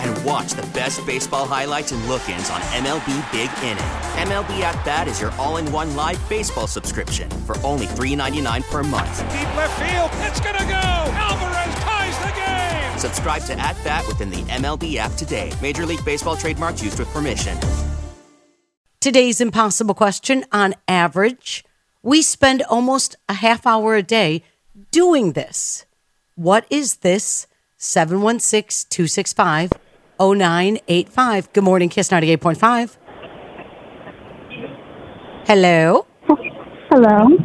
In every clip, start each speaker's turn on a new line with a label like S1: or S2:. S1: And watch the best baseball highlights and look ins on MLB Big Inning. MLB At Bat is your all in one live baseball subscription for only $3.99 per month.
S2: Deep left field, it's going to go. Alvarez ties the game.
S1: Subscribe to At Bat within the MLB app today. Major League Baseball trademarks used with permission.
S3: Today's impossible question on average, we spend almost a half hour a day doing this. What is this? 716 265 0985. Good morning, Kiss 98.5. Hello.
S4: Hello.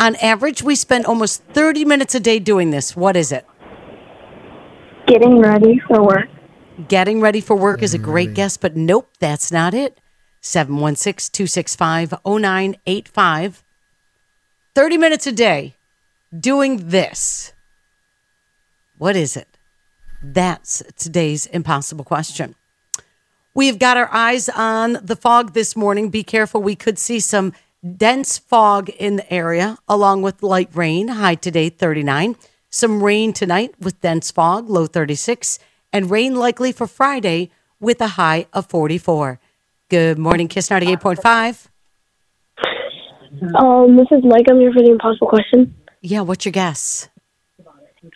S3: On average, we spend almost 30 minutes a day doing this. What is it?
S4: Getting ready for work.
S3: Getting ready for work is a great guess, but nope, that's not it. 716 265 0985. 30 minutes a day doing this. What is it? That's today's impossible question. We've got our eyes on the fog this morning. Be careful. We could see some dense fog in the area, along with light rain. High today, 39. Some rain tonight with dense fog, low 36. And rain likely for Friday with a high of 44. Good morning, Kiss 98.5.
S4: Um, this is Mike. I'm here for the impossible question.
S3: Yeah, what's your guess?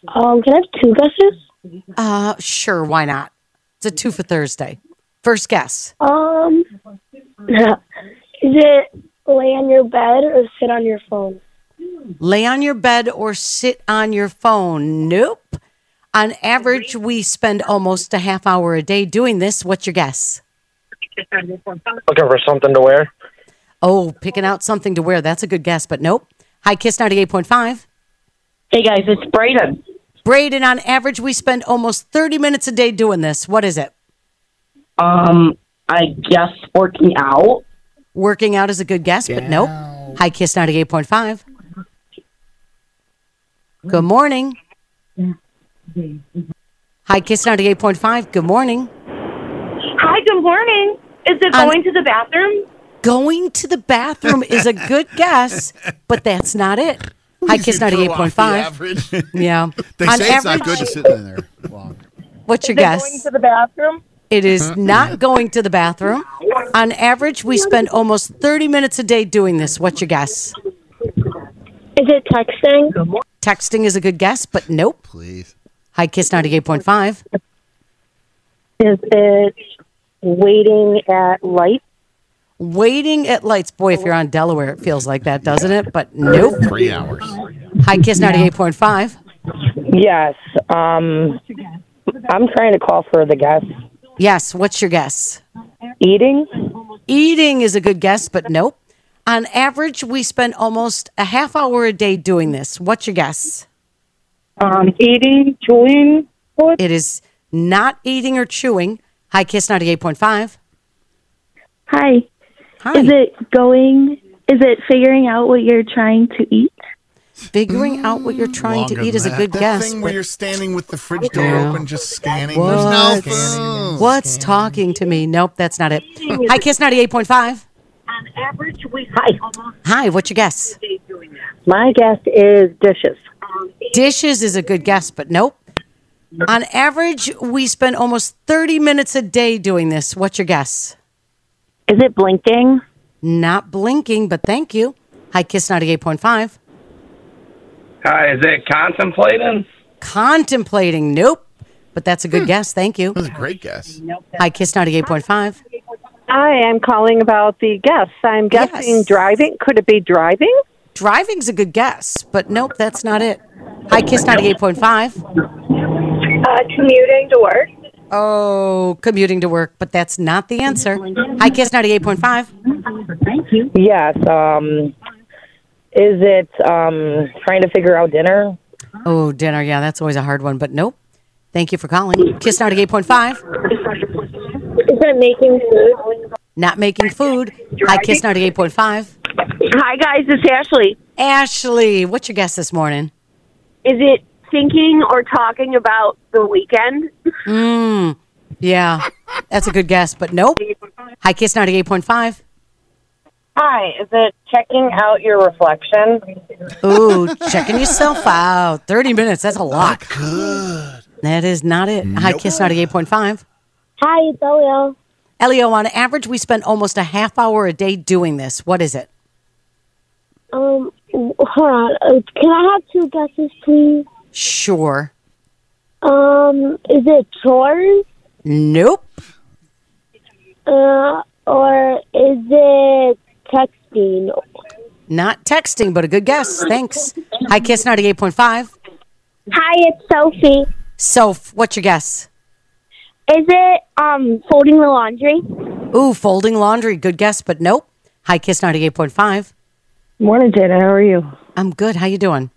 S4: Um, can I have two guesses?
S3: Uh, sure, why not? It's a two for Thursday. First guess.
S4: Um, is it lay on your bed or sit on your phone?
S3: lay on your bed or sit on your phone. Nope. On average, we spend almost a half hour a day doing this. What's your guess?
S5: Looking for something to wear.
S3: Oh, picking out something to wear. That's a good guess, but nope. Hi, Kiss 98.5.
S6: Hey guys, it's Brayden.
S3: Braden, on average, we spend almost 30 minutes a day doing this. What is it?
S6: Um, I guess working out.
S3: Working out is a good guess, but nope. Hi, Kiss 98.5. Good morning. Hi, Kiss 98.5. Good morning.
S7: Hi, good morning. Is it
S3: Um,
S7: going to the bathroom?
S3: going to the bathroom is a good guess, but that's not it. Hi, Kiss 98.5. Yeah.
S8: They
S3: On
S8: say it's not good to sit in there long.
S3: What's your
S6: Going
S3: guess?
S6: to the bathroom.
S3: It is not going to the bathroom. On average, we spend almost 30 minutes a day doing this. What's your guess?
S4: Is it texting?
S3: Texting is a good guess, but nope.
S8: Please.
S3: Hi, Kiss 98.5.
S4: Is it waiting at lights?
S3: Waiting at lights. Boy, if you're on Delaware, it feels like that, doesn't it? But nope.
S8: Three hours.
S3: Hi, Kiss 98.5.
S6: Yes. Um, I'm trying to call for the guess.
S3: Yes. What's your guess?
S6: Eating.
S3: Eating is a good guess, but nope. On average, we spend almost a half hour a day doing this. What's your guess?
S6: Um, eating. Chewing. What?
S3: It is not eating or chewing. Hi, Kiss 98.5.
S4: Hi.
S3: Hi.
S4: Is it going? Is it figuring out what you're trying to eat?
S3: Figuring out what you're trying
S8: Longer
S3: to eat
S8: than
S3: is a
S8: that.
S3: good
S8: that
S3: guess.
S8: thing
S3: but
S8: where you're standing with the fridge door
S3: Yeah.
S8: open, just scanning.
S3: What?
S8: There's no
S3: Scanning.
S8: food.
S3: What's talking to me? Nope, that's not it. Hi, Kiss 98.5.
S7: On average, we
S3: Hi, what's your guess?
S6: My guess is dishes.
S3: Dishes is a good guess, but nope. On average, we spend almost 30 minutes a day doing this. What's your guess?
S6: Is it blinking?
S3: Not blinking, but thank you. Hi, Kiss 98.5.
S2: Hi, Uh, is it contemplating?
S3: Contemplating, nope. But that's a good guess. Thank you.
S8: That was a great guess.
S3: Hi, Kiss 98.5.
S7: Hi, I'm calling about the guests. I'm guessing
S3: Yes.
S7: driving. Could it be driving?
S3: driving's a good guess, but nope, that's not it. Hi, Kiss 98.5.
S9: Uh, commuting to work.
S3: Oh, commuting to work, but that's not the answer. Hi, Kiss 98.5.
S6: Thank you. Yes. Um, is it um, trying to figure out dinner?
S3: Oh, dinner. Yeah, that's always a hard one, but nope. Thank you for calling. Kiss 98.5.
S4: Is it making food?
S3: Not making food. Hi, Kiss 98.5.
S9: Hi, guys. It's Ashley.
S3: Ashley, what's your guess this morning?
S9: Is it thinking or talking about the weekend?
S3: Mm, yeah, that's a good guess, but nope. Hi, Kiss 98.5.
S10: Hi, is it checking out your reflection?
S3: Ooh, checking yourself out. 30 minutes, that's a lot. good. That is not it. Hi, Kiss 98.5.
S4: Hi, it's Elio.
S3: Elio, on average, we spend almost a half hour a day doing this. What is it?
S4: Um, w- hold on. Uh, Can I have two guesses, please?
S3: Sure.
S4: Um, is it chores?
S3: Nope.
S4: Uh, or is it texting?
S3: Not texting, but a good guess. Thanks. Hi, Kiss 98.5.
S4: Hi, it's Sophie.
S3: Soph, what's your guess?
S4: Is it um folding the laundry?
S3: Ooh, folding laundry. Good guess, but nope. Hi, Kiss 98.5.
S6: Morning, Jada. How are you?
S3: I'm good. How you doing?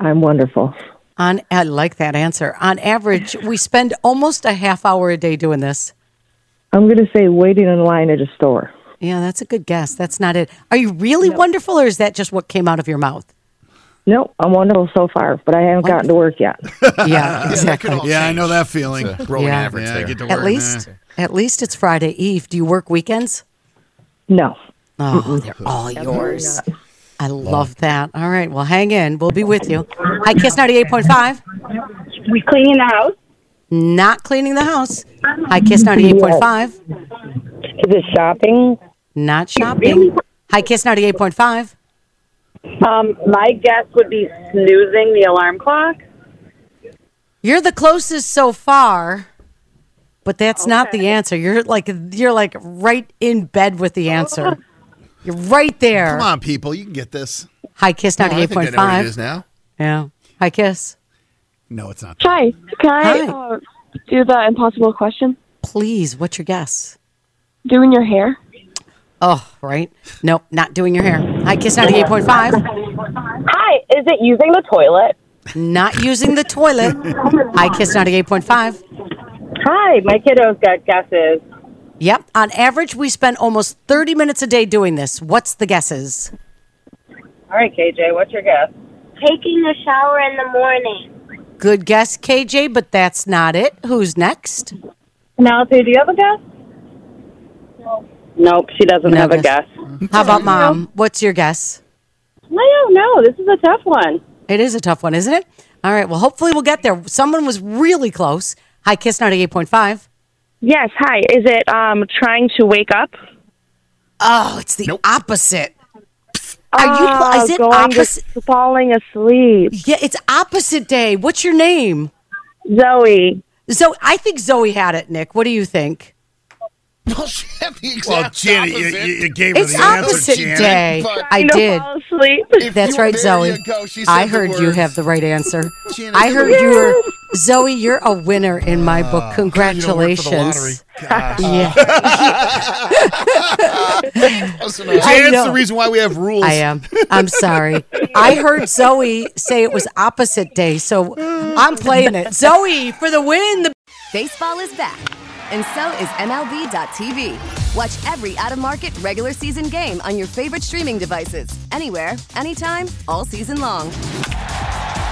S6: I'm wonderful.
S3: On I like that answer. On average, we spend almost a half hour a day doing this.
S6: I'm going to say waiting in line at a store.
S3: Yeah, that's a good guess. That's not it. Are you really wonderful, or is that just what came out of your mouth?
S6: No, I'm wonderful so far, but I haven't gotten to work yet.
S3: Yeah, exactly.
S8: Yeah, I know that feeling. Growing
S3: Yeah.
S8: average there. Get to
S3: At
S8: work,
S3: least,
S8: nah.
S3: at least it's Friday Eve. Do you work weekends?
S6: No.
S3: Oh, they're all yours. I love that. All right, well, hang in. We'll be with you. Hi, Kiss ninety eight point five.
S9: We cleaning the house.
S3: Not cleaning the house. Hi, Kiss ninety eight point five.
S6: Is it shopping?
S3: Not shopping. Hi, Kiss ninety eight point five.
S10: Um, my guess would be snoozing the alarm clock.
S3: You're the closest so far, but that's not the answer. You're like you're like right in bed with the answer. You're right there.
S8: Come on, people. You can get this.
S3: Hi, Kiss
S8: Come on, I
S3: ninety eight
S8: think I
S3: point
S8: know what it is
S3: five.
S8: now.
S3: Yeah. Hi, Kiss.
S8: No, it's not.
S11: Hi. Can I
S3: Hi.
S11: Uh,
S4: um,
S11: do the impossible question?
S3: Please, what's your guess?
S11: Doing your hair?
S3: Oh, right. Nope, not doing your hair. Hi, Kiss ninety eight point five.
S10: Hi, is it using the toilet?
S3: Not using the toilet. Hi, Kiss ninety eight point five.
S10: Hi, my kiddos got guesses.
S3: Yep. On average, we spend almost thirty minutes a day doing this. What's the guesses?
S10: All right, KJ, what's your guess?
S7: Taking a shower in the morning.
S3: Good guess, KJ, but that's not it. Who's next?
S10: Penelope, do you have a guess? Nope, she doesn't
S3: No
S10: have
S3: guess.
S10: a guess.
S3: How about mom? What's your guess?
S10: I don't know. This is a tough one.
S3: It is a tough one, isn't it? All right. Well, hopefully we'll get there. Someone was really close. Hi, Kiss 98.5.
S11: Yes. Hi. Is it um trying to wake up?
S3: Oh, it's the opposite. Are you?
S11: Ah,
S3: Is it
S11: going to
S3: opposite?
S11: falling asleep?
S3: Yeah, it's opposite day. What's your name?
S11: Zoe.
S3: Zoe. I think Zoe had it, Nick. What do you think?
S8: Well, she had the exact
S12: Well, Janet, you,
S8: opposite.
S12: you, you gave her
S3: It's
S12: the answer,
S3: opposite
S12: Janet.
S3: day.
S8: But-
S3: I
S11: Trying to
S3: did.
S11: fall asleep.
S3: That's
S8: you-
S3: right,
S8: there
S3: Zoe.
S8: you go. She said
S3: I
S8: the
S3: heard you
S8: words.
S3: have the right answer.
S8: Janet,
S3: I
S8: you
S3: heard
S8: were-
S3: you were Zoe. You're a winner in my
S12: Ah,
S3: book. Congratulations. Yeah.
S8: Janet's
S3: know.
S8: the reason why we have rules.
S3: I uh, am. I'm sorry. I heard Zoe say it was opposite day, so I'm playing it. Zoe for the win. The-
S13: Baseball is back, and so is MLB.tv. Watch every out of market regular season game on your favorite streaming devices, anywhere, anytime, all season long.